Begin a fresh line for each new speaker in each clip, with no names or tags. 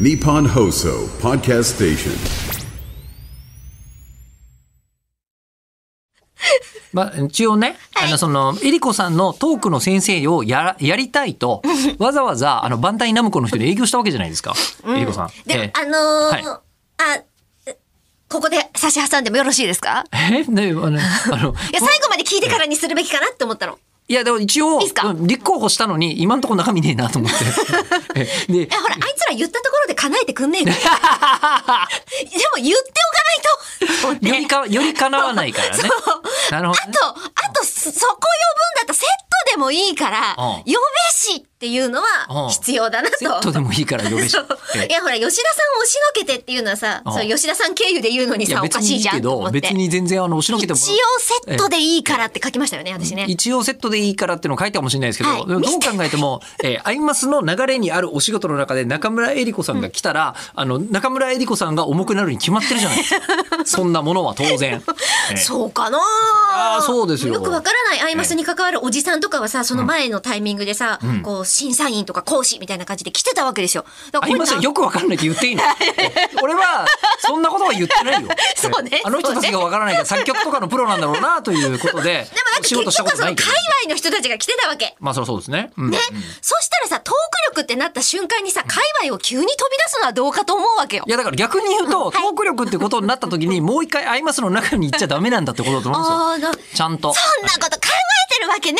Nippon Hoso Podcast Station.
まあ、一応ね、あのそのえりこさんのトークの先生をやらやりたい とわざわざあのバンダイナムコの人に営業したわけじゃないですか、えりこさん。え
で、あのー
は
あ、ここで差し挟んでもよろしいですか
えねあのあの
いや、最後まで聞いてからにするべきかなって思ったの。
いやでも一応
いっすか
うん立候補したのに今んとこ中身ねえなと 思って。えで
え、ほら、あいつら言ったところで叶えてくんねえ のでも言っておかないと。
よりかより叶わない からね。なるほど、
あ
ね。
と、あと、そそこ呼ぶんだったらセットでもいいから、
うん
呼べしっていうの
うん
は必要だなと。
セットでもいいから呼べし
そう。
え
いやほら吉田さんを押しのけてっていうのはさ、
うん
そう吉田さん経由で言うのに
いや
さお
別
か
に
し
い
い
い
じゃ
け
んと
ど
思って
別に全然あの押しのけ
一
て
応
も
セットでいいからって書きましたよね私ね。
一応セットでいいからっていうのを書いてかもしれないですけど、
はい
でもどう考えても、えーアイマスの流れにあるお仕事の中で中村江里子さんが来たら、あの中村江里子さんが重くなるに決まってるじゃない ですかそんなものは当然、えー
そうかな
あーそうですよ
よくわからないアイマスに関わるおじさんとかはさ、その前のタイミングでさ、こう、審査員とか講師みたいな感じで来てたわけですよ。だか
アイ
らこれ
マスはよくわかんないって言っていいのえー俺はそんなことは言って ないよ
そうね
えーあの人たちがわからないから作曲とかのプロなんだろう なということで
でもなんか
仕
結
事
局
した
そ
こ
の
とな
界
いけど
隈の人たちが来てたわけ。
まあそりゃそうですね、うん
ね、そしたらさ、トーク力ってなった瞬間にさ、界隈を急に飛び出すのはどうかと思うわけよ
い。やだから逆に言うと、トーク力ってことになった時にもう一回アイマスの中に行っちゃダメなんだってことだと思うんですよ
ああ、なそんな
ちゃんと。
こと考えてるわけね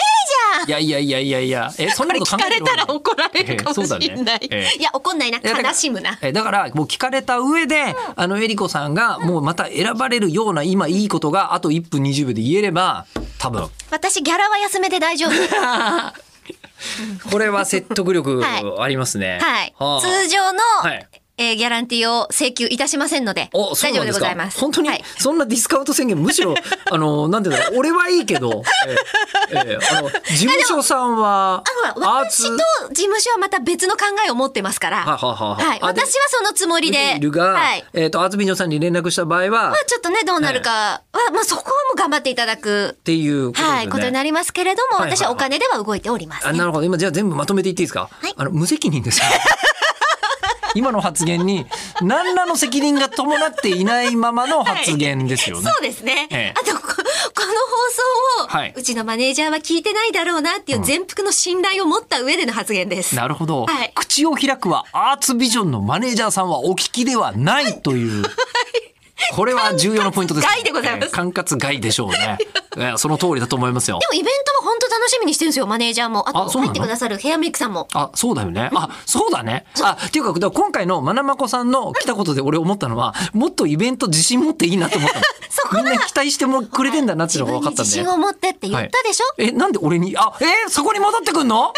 えじゃん
いやいやいやいやいや、え、そんなこと
聞
考
か
えて
れ
る
たら怒られ
え
る
え
か
そ
も
うだ
し
ね
れない。
ええ
いや、怒んないな。
いやだから
悲しむな。
えだからもう聞かれた上であのえりこさんがもうまた選ばれるような今いいことがあと1分20秒で言えれば多分
私、ギャラは休めで大丈夫。は
これは説得力
はい
ありますね。
い
はあ。
通常の、
はい
えーギャランティーを請求いたしませんので、
おそう
大
なん
丈夫で
です
ご
か
ざいます。
本当に
はい
そんなディスカウント宣言むし ろあのなんていうんだろう俺はいいけど、ええええあの事務所さんは
あほら私と事務所はまた別の考えを持ってますから、
はあはあはあ
はい、
あで
私はそのつもりで
いるが、
はい
えっ、とアズビニョさんに連絡した場合は、
まあ
っ
ちょっとねどうなるかは、まあ、そこはもう頑張っていただく、
ていうことですよね。
はい、ことになりますけれど
は
も、
いはいはい
私はお金では動いております、
あなるほど今じゃあ全部まとめていっていいですか、
い
あの無責任です 今の発言に何らの責任が伴っていないままの発言ですよね、
そうですね、
ええ
あとここの放送を、
はいう
ちのマネージャーは聞いてないだろうなっていう全幅の信頼を持った上での発言です、
なるほど、
はい
口を開くはアーツビジョンのマネージャーさんはお聞きではないというこれは重要なポイントです、
管轄外でございます
ええ管轄外でしょうねええその通りだと思いますよ
でもイベントも本当楽しみにしてるんですよマネージャーもあ
あ
と
そうな
入
の
ってくださるヘアメイクさんも
あ、そうだよね。あ、そうだね。あ、っていうか、だから今回のまなまこさんの来たことで俺思ったのは、もっとイベント自信持っていいなと思 ったの
そこ
みんな期待してもくれてんだなっていう
自
のが
分
分
に
かった
自
んで
信。を持ってって言ったでしょ、
え、なんで俺に、あ、えーそこに戻ってくんの